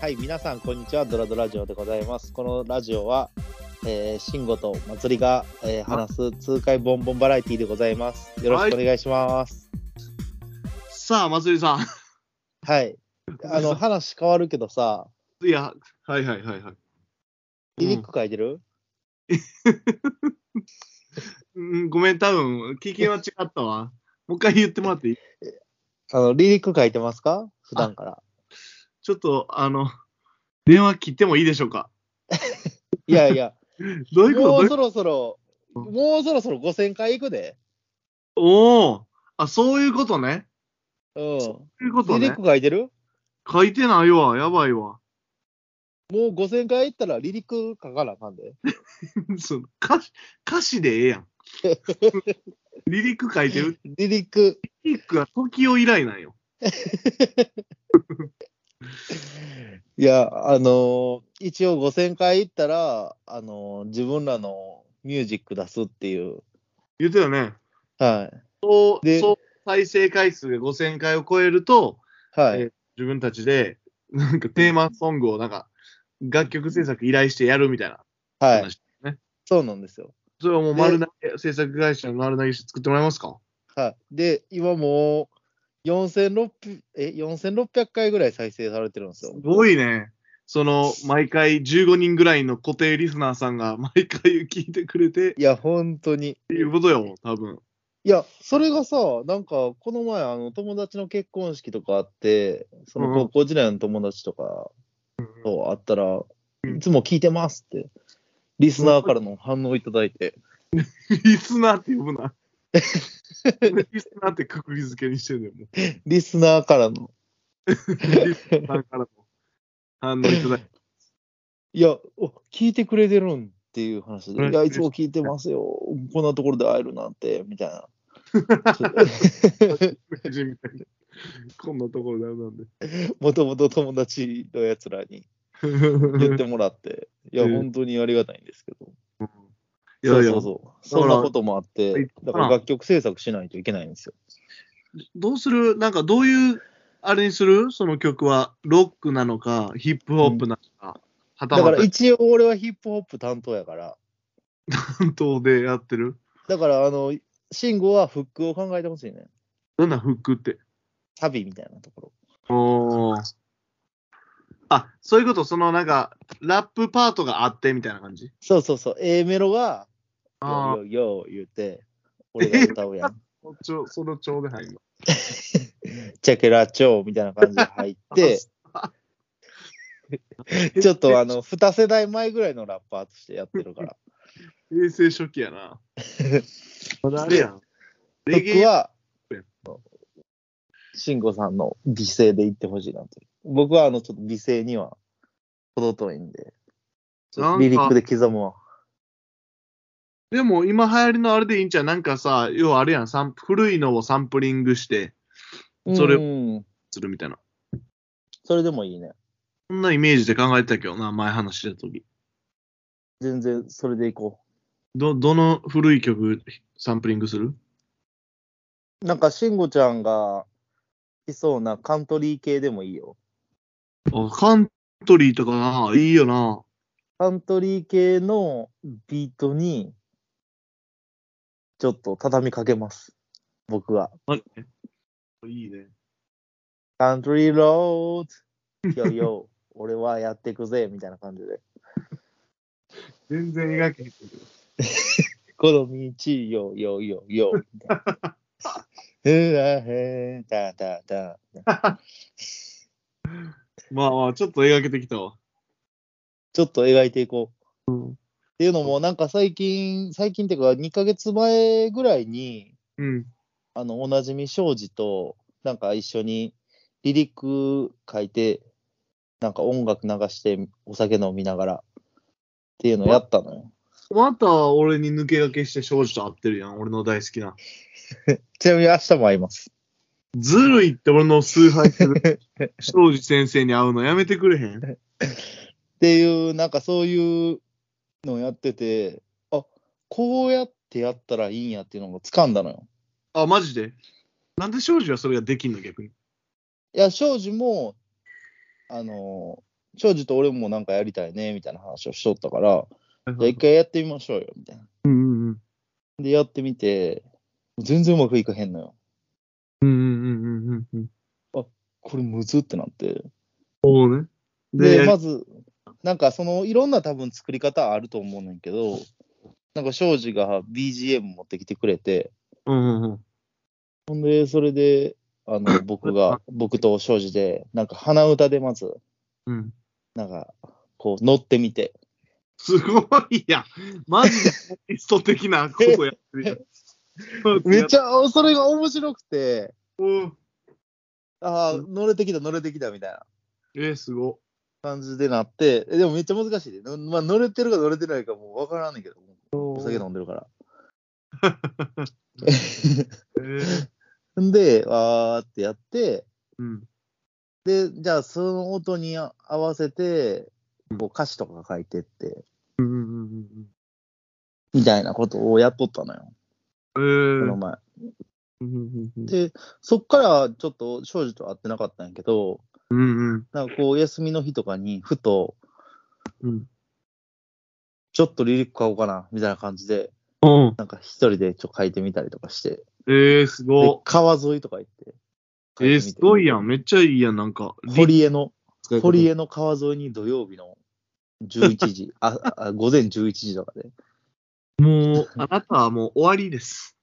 はい、皆さん、こんにちは。ドラドラジオでございます。このラジオは、えー、慎吾と祭りが、えー話す痛快ボンボンバラエティでございます。よろしくお願いします。さあ、まつりさはい。あの、話変わるけどさ、 ん。いや、はいはいはいはい。リリック書いてる、うん、うんごめん、多分経験は違ったわ。もう一回言ってもらっていいあの、リリック書いてますか普段から。ちょっと、あの、電話切ってもいいでしょうかいやいや、 どういうこもとどういううこそろそろ、もうそろそろ5000回行くで。とおおあ、そういうことね。うん。そういうことリリねッ。ク書いてる書いてないわ。やばいわ。もう5000回行ったらリリック書かなあかんで。その歌詞歌詞でええや ん。リリック書いてる。リリック、リリックが時を以来なんよ。いや、あのー一応5000回行ったら、あのー自分らのミュージック出すっていう。言ってたね。はそう、でそう再生回数が5000回を超えると、い。はい。え自分たちで、なんかテーマソングをなんか、楽曲制作依頼してやるみたいなはい。話ね。そうなんですよ。それはもう丸投げ、制作会社の丸投げして作ってもらえますかはい。で、今もう4600、え、4600回ぐらい再生されてるんですよす。ごいね。その、毎回15人ぐらいの固定リスナーさんが毎回聞いてくれてっいや、本当に。ていうことよ、多分。いや、それがさ、なんか、この前、あの、友達の結婚式とかあって、そのうん高校時代の友達とかと会ったら、んいつも聞いてますって、リスナーからの反応いただいて、リスナーって呼ぶな。リスナーってくくり付けにしてるよ、もう。リスナーからの、リスナーからの反応いただいて。いや、お聞いてくれてるんっていう話で、うんいや、いつも聞いてますよ、こんなところで会えるなんて、みたい な。みたいなこんなところであれなんで。もともと友達のやつらに言ってもらって、いや、うん本当にありがたいんですけど。いやいそうやそうそう。そんなこともあっだからて、だから楽曲制作しないといけないんですよ。どうするなんかどういう、あれにするその曲は、ロックなのか、ヒップホップなのか、はただかまらた一応俺はヒップホップ担当やから、担当でやってるだからあの、慎吾はフックを考えてほしいね。どんなフックって。サビみたいなところ。おーあ、そういうこと、そのなんか、ラップパートがあってみたいな感じ。そうそうそう。A メロは、ああ、よよよ言って、俺が歌うやん。その調その調で入る。チェケラチョーみたいな感じで入 って、ちょっとあの、二世代前ぐらいのラッパーとしてやってるから。平成初期やな。まだあ れやん。レゲ僕エ、は、慎吾さんの美声で言ってほしいなと。僕は、あの、ちょっと美声には程遠いんで、ちょっとリリックで刻むわ。でも今流行りのあれでいいんちゃうなんかさ、要はあれやん、サン古いのをサンプリングして、それうんするみたいな。それでもいいね。そんなイメージで考えてたけどな、前話してた時。全然、それでいこど、どの古い曲サンプリングするう。なんか、慎吾ちゃんが、いそうなカントリー系でもいいよ。あ、カントリーとかな、いいよな。カントリー系のビートに、ちょっと畳みかけます。僕は。いいね。カントリーロ ード、よよ、俺はやってくぜ、みたいな感じで。全然描けへんけど。この道よよよよ。 みたいなふわふわだだだ。まあまあ、ちょっと描けてきたわ。ちょっと描いていこう。うんっていうのも、なんか最近、最近っていうか、2ヶ月前ぐらいに、うん。あの、おなじみ庄司と、なんか一緒にリリック書いて、なんか音楽流して、お酒飲みながらっていうのやったのよ。また俺に抜け駆けして庄司と会ってるやん、俺の大好きな。ちなみに明日も会います。ずるいって俺の崇拝す る庄司先生に会うのやめてくれへ ん。っていう、なんかそういうのをやってて、あこうやってやったらいいんやっていうのが掴んだのよ。あ、マジでなんで庄司はそれができんの逆に。いや、庄司も、あの庄司と俺もなんかやりたいね、みたいな話をしとったから、うんじゃあ一回やってみましょうよ、みたいな。うんうん。で、やってみて、全然うまくいかへんのよ。うんうんうんうんうん。これむずってなって。そうね。で、で、まず、なんかそのいろんな多分作り方あると思うねんけど、なんか庄司が BGM 持ってきてくれて、うんうんうん。ほんで、それで、あの、僕が、僕と庄司で、なんか鼻歌でまず、うん。なんか、こう乗ってみて。すごいやん。マジでアーティスト的なことやってるやん。 めっちゃ、それが面白くて、うんああ、乗れてきた、乗れてきたみたいなえー、すご。感じでなって、えでもめっちゃ難しいで、のまあ、乗れてるか乗れてないかもう分からんねんけど、お酒飲んでるから。えー、んで、わーってやって、うん。で、じゃあその音に合わせて、こう歌詞とか書いてって、うんうんうんうん。みたいなことをやっとったのよ、えこのー。前。うんうんうんで、そっからちょっと庄司と会ってなかったんやけど、うんうん。なんかこう、休みの日とかに、ふと、うん。ちょっとリリック買おうかな、みたいな感じで、うん。なんか一人でちょっと書いてみたりとかして、えー、すでご。川沿いとか行って、えー、すごいやん。ん。めっちゃいいやん。なんか。リ堀江の、使い方堀江の川沿いに土曜日の11時、 ああ午前11時とかで、もう、あなたはもう終わりです。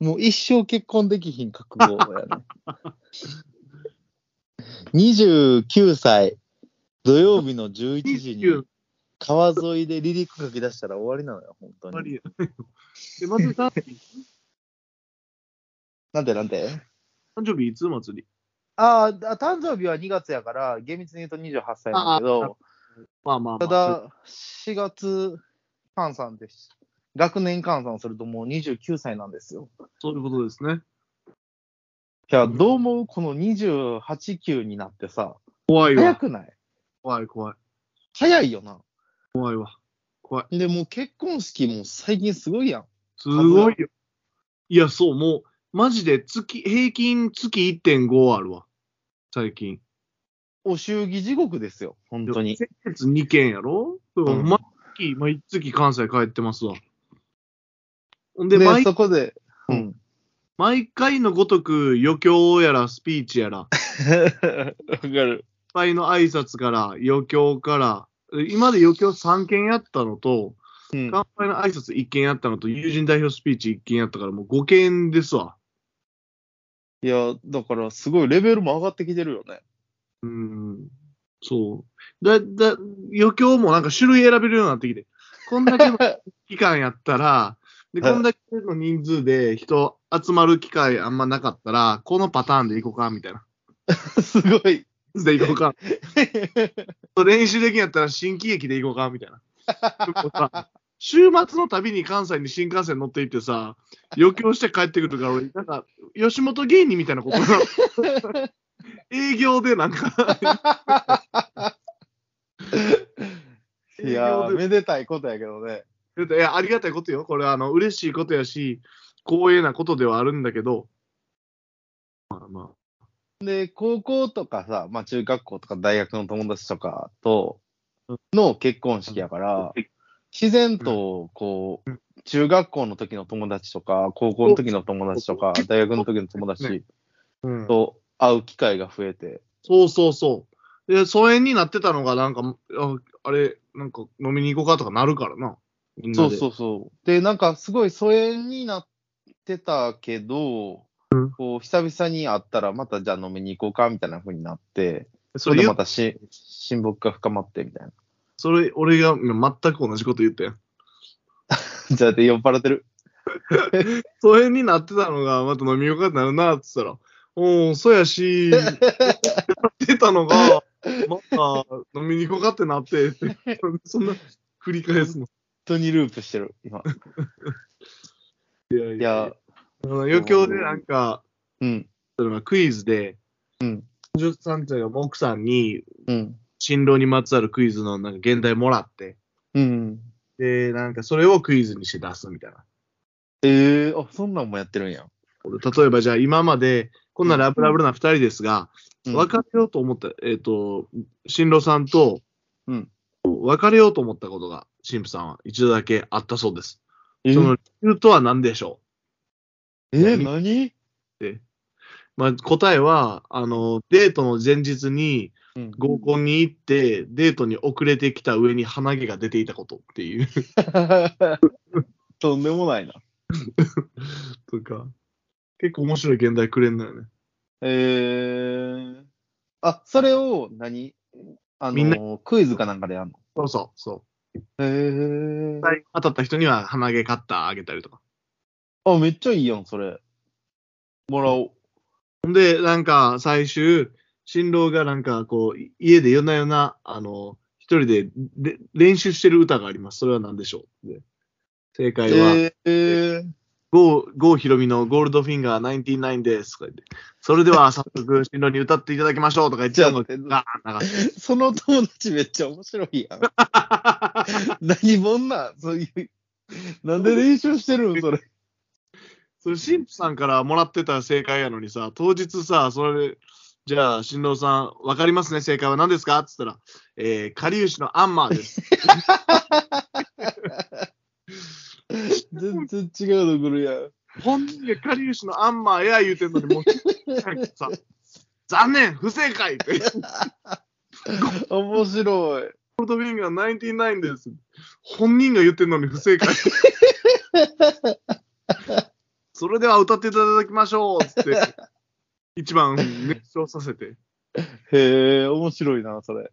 もう一生結婚できひん覚悟やね。29歳、土曜日の11時に29、川沿いでリリック書き出したら終わりなのよ、本当終わり に。や。え、まず誕生日、なんでなんで誕生日いつ祭りああ、誕生日は2月やから、厳密に言うと28歳なんだけど、まあまあまあ。ただ、4月換算です。学年換算するともう29歳なんですよ。そういうことですね。いや、どう思うこの28、9になってさ、怖い早わ。くない怖い怖い。早いよな。怖いわ。怖い。で、もう結婚式も最近すごいやん。すごいよ。いや、そう、もう、マジで月、平均月1.5あるわ。最近。お祝儀地獄ですよ、本当に。先月2件やろそう、うん毎月、毎月関西帰ってますわ。ほんで、で、毎そこで、う。うん毎回のごとく余興やらスピーチやら、 わかる。いっぱいの挨拶から、余興から、え今まで余興3件やったのと、うん、乾杯の挨拶1件やったのと、友人代表スピーチ1件やったから、もう5件ですわ。いや、だからすごいレベルも上がってきてるよね。 うん。そう。だ、だ、余興もなんか種類選べるようになってきて、こんだけの期間やっ たら、で、はいこんだけの人数で人集まる機会あんまなかったら、このパターンでいこうか、みたいな。すごい。でいこ うか。練習できんやったら新喜劇で行こうか、みたいな。週末のたびに関西に新幹線乗って行ってさ、余興して帰ってくるから、俺、なんか、吉本芸人みたいなことなの営業でなんか、いや営ー、業でめでたいことやけどね。いや、ありがたいことよ。これ、あの、嬉しいことやし、光栄なことではあるんだけど、まあまで、高校とかさ、まあ、中学校とか大学の友達とかとの結婚式やから、自然と、こう、中学校の時の友達とか、高校の時の友達とか、大学の時の友達あ、うんと会う機会が増えて、そうそうそう。で、疎遠になってたのが、なんか、ああれ、なんか飲みに行こうかとかなるからな。みんなそでうそうそう。で、なんかすごい疎遠になってたけど、こう久々に会ったら、またじゃあ飲みに行こうかみたいな風になって、そそれれで言まうたし親睦が深まってみたいな。それ、俺が今全く同じこと言ったよ。じゃあで酔っ払ってる。疎遠になってたのが、また飲みようかになるな、って言ったら、うん、そうやし、やってた のが、また飲みに行こうかってなって、 ってそんな繰り返すの。本当にループしてる、今。いやいいや、あの余興でなんか、うん、そのクイズで、うん33歳が奥さんに、うん、新郎にまつわるクイズのなんか現代もらって、うん。で、なんかそれをクイズにして出すみたいな。ええー、あ、そんなんもやってるんや。例えばじゃあ今までこんなラブラブな2人ですが、うん別れようと思った、えっ、と、新郎さんと、うん別れようと思ったことが、神父さんは一度だけあったそうです。えその理由とは何でしょえ、何うまあ、答えは、あの、デートの前日にうん合コンに行って、デートに遅れてきた上に鼻毛が出ていたことっていう、 とんでもないな。とか、結構面白い現代くれんのよね。えー、あ、それを何、あみんの、クイズかなんかでやるのそうそう、そう。えー、当たった人には鼻毛カッターあげたりとか。あ、めっちゃいいやん、それ。もらおう。ほんで、なんか、最終、新郎がなんか、こう、い家で夜な夜な、あの、一人でれ練習してる歌があります。それは何でしょうで正解は、えー、ゴー、ゴーヒロミのゴールドフィンガー99です。とか言って。それで は、早速、新郎に歌っていただきましょうとか言っちゃうのじゃあが、なんか、その友達めっちゃ面白い やん。何もんな、そういう。なんで練習してるんそれ。それ、神父さんからもらってた正解やのにさ、当日さ、それ、じゃあ、新郎さん、わかりますね、正解は何ですかって言ったら、えー、かりゆしのアンマーです。全然違うの来るやん。本人がかりゆしのアンマーや言うてんのに、もう、さ、残念、不正解って。ゴー面白い。ルドフィンガー99です。本人が言ってんのに不正解。それでは歌っていただきましょうっつって、一番熱唱させて。へえ、面白いな、それ。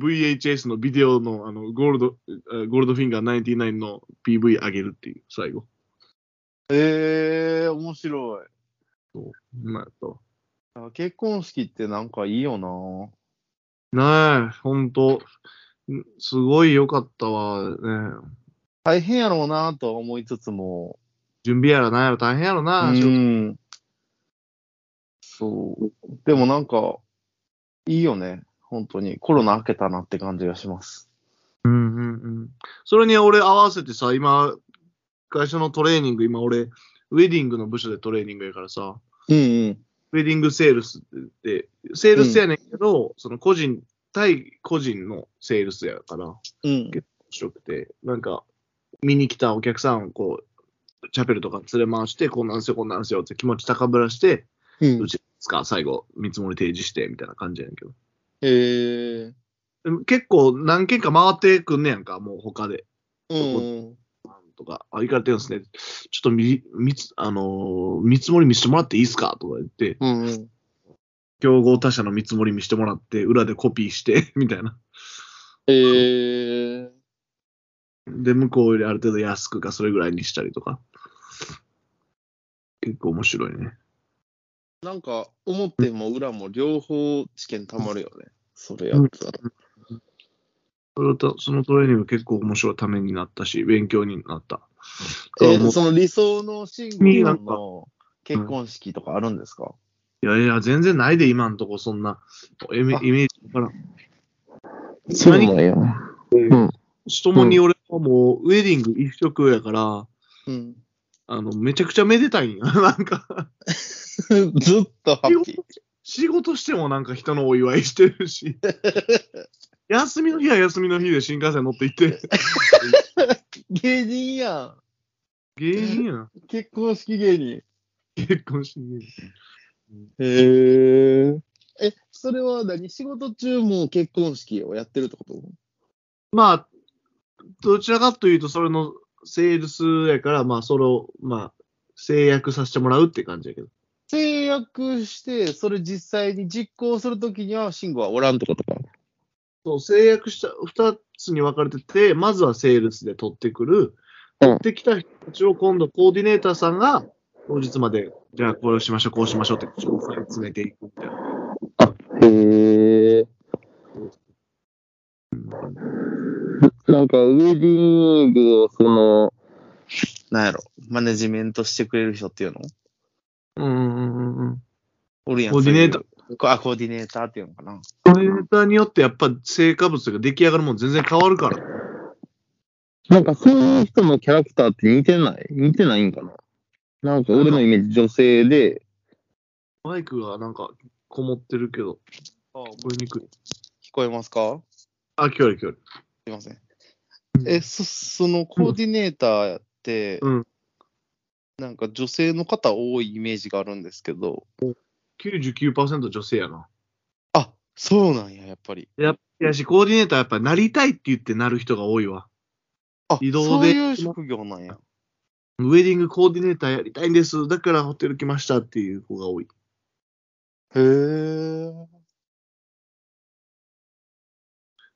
VHS のビデオのあのゴールド、えーゴールドフィンガー99の PV 上げるっていう、最後。へえ、面白いまあ、と。あ。結婚式ってなんかいいよな。ねえ、ほんと、んすごい良かったわ、ね。大変やろうなとは思いつつも。準備やらなんやら大変やろな、仕事ん。そう。でもなんか、いいよね。本当に。コロナ明けたなって感じがします。うんうんうん。それに俺合わせてさ、今、会社のトレーニング、今俺、ウェディングの部署でトレーニングやからさ、うんうん。ウェディングセールスって、セールスやねんけど、その個人、対個人のセールスやから、面うん。白くて、なんか、見に来たお客さんをこう、チャペルとか連れ回して、こんなんすよ、こんなんすよって気持ち高ぶらして、うんうちですか、最後、見積もり提示して、みたいな感じやねんけど。へえ。でも結構何件か回ってくんねやんか、もう他で。うん。とか、あ、行かれてるんですね。ちょっとみ、みつ、あのー見積もり見せてもらっていいですかとか言って、うんうん。競合他社の見積もり見せてもらって、裏でコピーして、 みたいな。へえ。で、向こうよりある程度安くか、それぐらいにしたりとか。結構面白いね。なんか、表も裏も両方知見たまるよね。それやったら。それとそのトレーニング結構面白いためになったし、勉強になった。えだからもーうその理想のシングルの結婚式とかあるんですか、いやいや、全然ないで、今んとこそんな、イメあイメージから。そうなんや。しともに俺はもう、ウェディング一色やから、うん。 あの、めちゃくちゃめでたいんや。 なんか。ずっとハッピー。仕事してもなんか人のお祝いしてる し、休みの日は休みの日で新幹線乗って行って、芸人や芸人やん、ん。結婚式芸人。結婚してねへえ。え、それは何仕事中も結婚式をやってるってことまあ、どちらかというと、それのセールスやから、まあ、それを、まあ、制約させてもらうって感じやけど。制約して、それ実際に実行するときには慎吾はおらんってことか。そう、制約した、二つに分かれてて、まずはセールスで取ってくる、うん取ってきた人たちを今度コーディネーターさんが、当日まで、じゃあこれをしましょう、こうしましょうって、詳細詰めていくみたいな。へえ。なんか、ウェディングをその、なんやろ、マネジメントしてくれる人っていうのうんうんうんうん。おるやん。コーディネーターそういうこあ、コーディネーターっていうのかな。コーディネーターによってやっぱ成果物が出来上がるもん全然変わるから。なんか、そういう人のキャラクターって似てない似てないんかな。なんか、俺のイメージ女性で、マイクがなんかこもってるけど、聞こえにくい。聞こえますかあ、聞こえる聞こすいません。える。え、そ、そのコーディネーターって、うんなんか女性の方多いイメージがあるんですけど、 99%女性やな。あ、そうなんや、やっぱり。やっいやし、コーディネーターやっぱなりたいって言ってなる人が多いわ。あ、移動でそういう職業なんや。ウェディングコーディネーターやりたいんです。だからホテル来ましたっていう子が多い。へえ。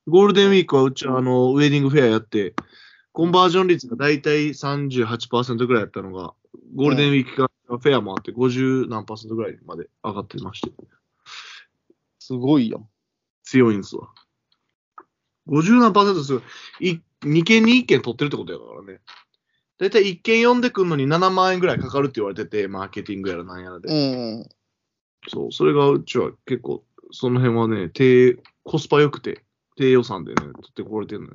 ゴールデンウィークはうちはあの、ウェディングフェアやって、コンバージョン率がだいたい38%ぐらいやったのが、ゴールデンウィークからフェアもあって50何パーセントぐらいまで上がってまして、すごいやん。強いんですわ。50何パーセントすごい。い2件に1件取ってるってことやからね。だいたい1件読んでくんのに7万円ぐらいかかるって言われてて、マーケティングやらなんやらで。うん。そう、それがうちは結構、その辺はね、低、コスパ良くて、低予算でね、取ってこられてるのよ。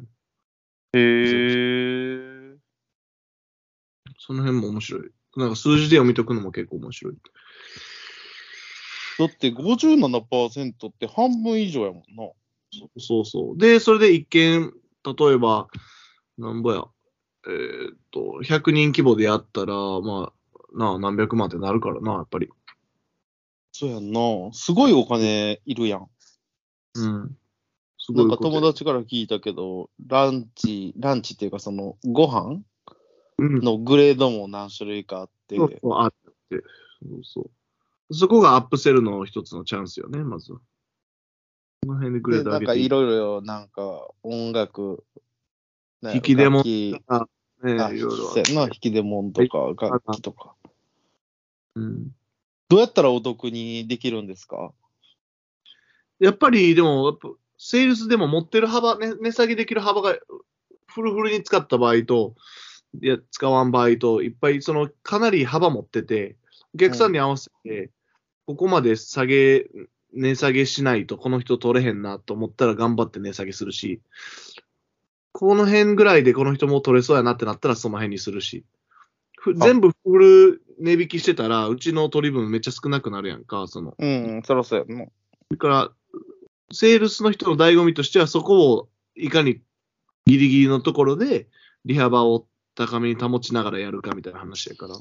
へえ。その辺も面白い。なんか数字で読み解くのも結構面白い。だって57%って半分以上やもんな。そうそうそう。で、それで一件、例えば、なんぼや、えーっと、100人規模でやったら、まあ、なあ、何百万ってなるからな、やっぱり。そうやんな。すごいお金いるやん。うん。すなごいんかこと友達から聞いたけど、ランチ、ランチっていうかそのご飯うん。のグレードも何種類かあって、そうそう、あって。そうそう。そこがアップセルの一つのチャンスよね、まずは。この辺でグレーでドな上んげかていいくろいろなんか音楽、ね引き出も楽器あねあ、いろいろあそうってやな、引き出物とか楽器とか。うんどうやったらお得にできるんですかやっぱり、でも、やっぱセールスでも持ってる幅、ね、値下げできる幅がフルフルに使った場合と、いや使わん場合と、いっぱい、その、かなり幅持ってて、お客さんに合わせて、ここまで下げ、値下げしないと、この人取れへんなと思ったら頑張って値下げするし、この辺ぐらいでこの人も取れそうやなってなったらその辺にするし、ふあ全部フル値引きしてたら、うちの取り分めっちゃ少なくなるやんか、その、うん、そらそうやんな。それから、セールスの人の醍醐味としては、そこをいかにギリギリのところで、利幅を高めに保ちながらやるかみたいな話やから。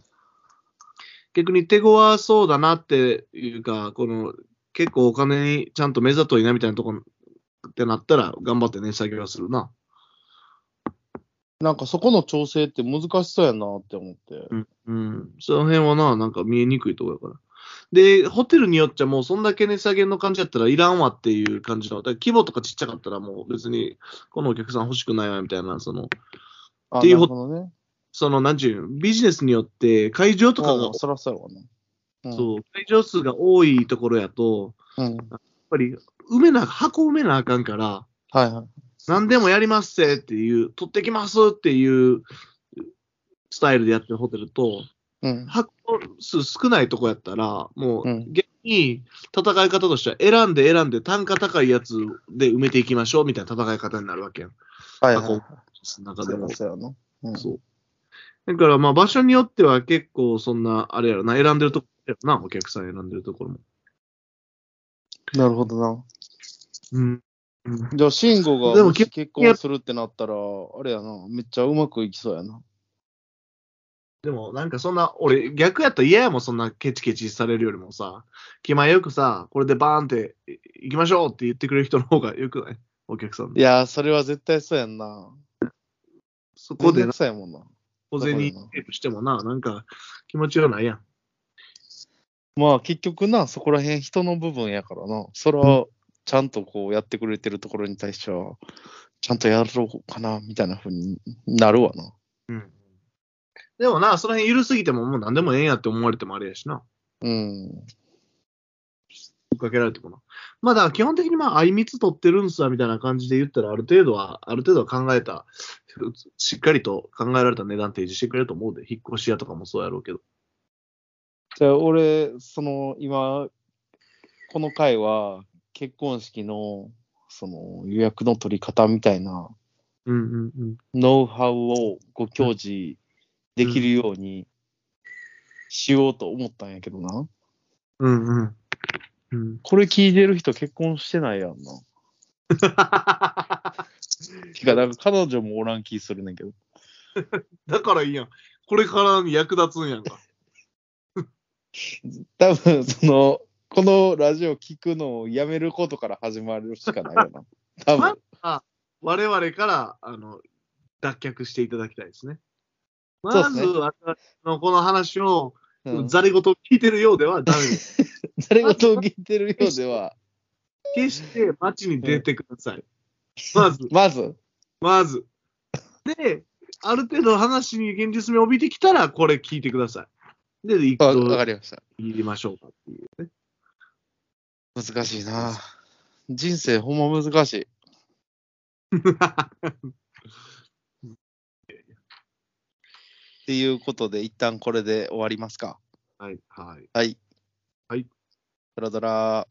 逆に手強そうだなっていうか、この、結構お金にちゃんと目ざといなみたいなところってなったら、頑張ってね、作業はするな。なんかそこの調整って難しそうやなって思って。うん。その辺はな、なんか見えにくいところやから。で、ホテルによっちゃもうそんだけ値下げの感じだったらいらんわっていう感じの、だから規模とかちっちゃかったらもう別にこのお客さん欲しくないわみたいな、その、あっていなうほるほどね。その、なんちゅうの、ビジネスによって会場とかうがん、そらそうやわね。うん、そう、会場数が多いところやと、うん。やっぱり埋めな、箱埋めなあかんから、はいはい。何でもやりますぜっていう、取ってきますっていうスタイルでやってるホテルと、うん。発行数少ないとこやったら、もううん逆に戦い方としては、選んで選んで単価高いやつで埋めていきましょうみたいな戦い方になるわけやん。はいはい箱はい。の中そでらも。そうやな。うん、そう。だからまあ場所によっては結構そんな、あれやろな、選んでるとこやろな、お客さん選んでるところも。なるほどな。うん。うんじゃあ、慎吾がでももし結結婚するってなったら、あれやな、めっちゃうまくいきそうやな。でもなんかそんな、俺逆やったら嫌やもん、そんなケチケチされるよりもさ、気前よくさ、これでバーンってい行きましょうって言ってくれる人の方がよくないお客さんのいやー、それは絶対そうやんな。そこ絶対でなそうやもんな。小銭セーブしてもな、なんか気持ちよないやん。まあ、結局な、そこら辺人の部分やからな。それは、ちゃんとこうやってくれてるところに対しては、ちゃんとやろうかな、みたいな風になるわな。うん。でもな、その辺緩すぎてももう何でもええんやって思われてもあれやしな。うん。追っかけられてもな。まあだから基本的にまあ、あいみつ取ってるんすわみたいな感じで言ったら、ある程度は、ある程度は考えた、しっかりと考えられた値段提示してくれると思うで、引っ越し屋とかもそうやろうけど。じゃあ、俺、その、今、この回は、結婚式の、その、予約の取り方みたいな、うんうんうん。ノウハウをご教示できるようにしようと思ったんやけどな。うんうん。うん、これ聞いてる人結婚してないやん な。てか、なんか彼女もおらん気するねんけど。だからいいやん。これからに役立つんやんか。多分、その、このラジオ聞くのをやめることから始まるしかないよな。多分。我々から、あの、脱却していただきたいですね。まそうですず、ね私のこの話を、うんざれ言を聞いてるようではダメです。誰がと聞いてるようでは、決して街に出てく ださい。まず、まず、まず。で、ある程度話に現実味を帯びてきたら、これ聞いてください。で、一個わわかりました。入りましょうかっていうね。難しいな。人生ほんま難しい。っていうことで、一旦これで終わりますか。はい、はい。はい。はい。ドラドラ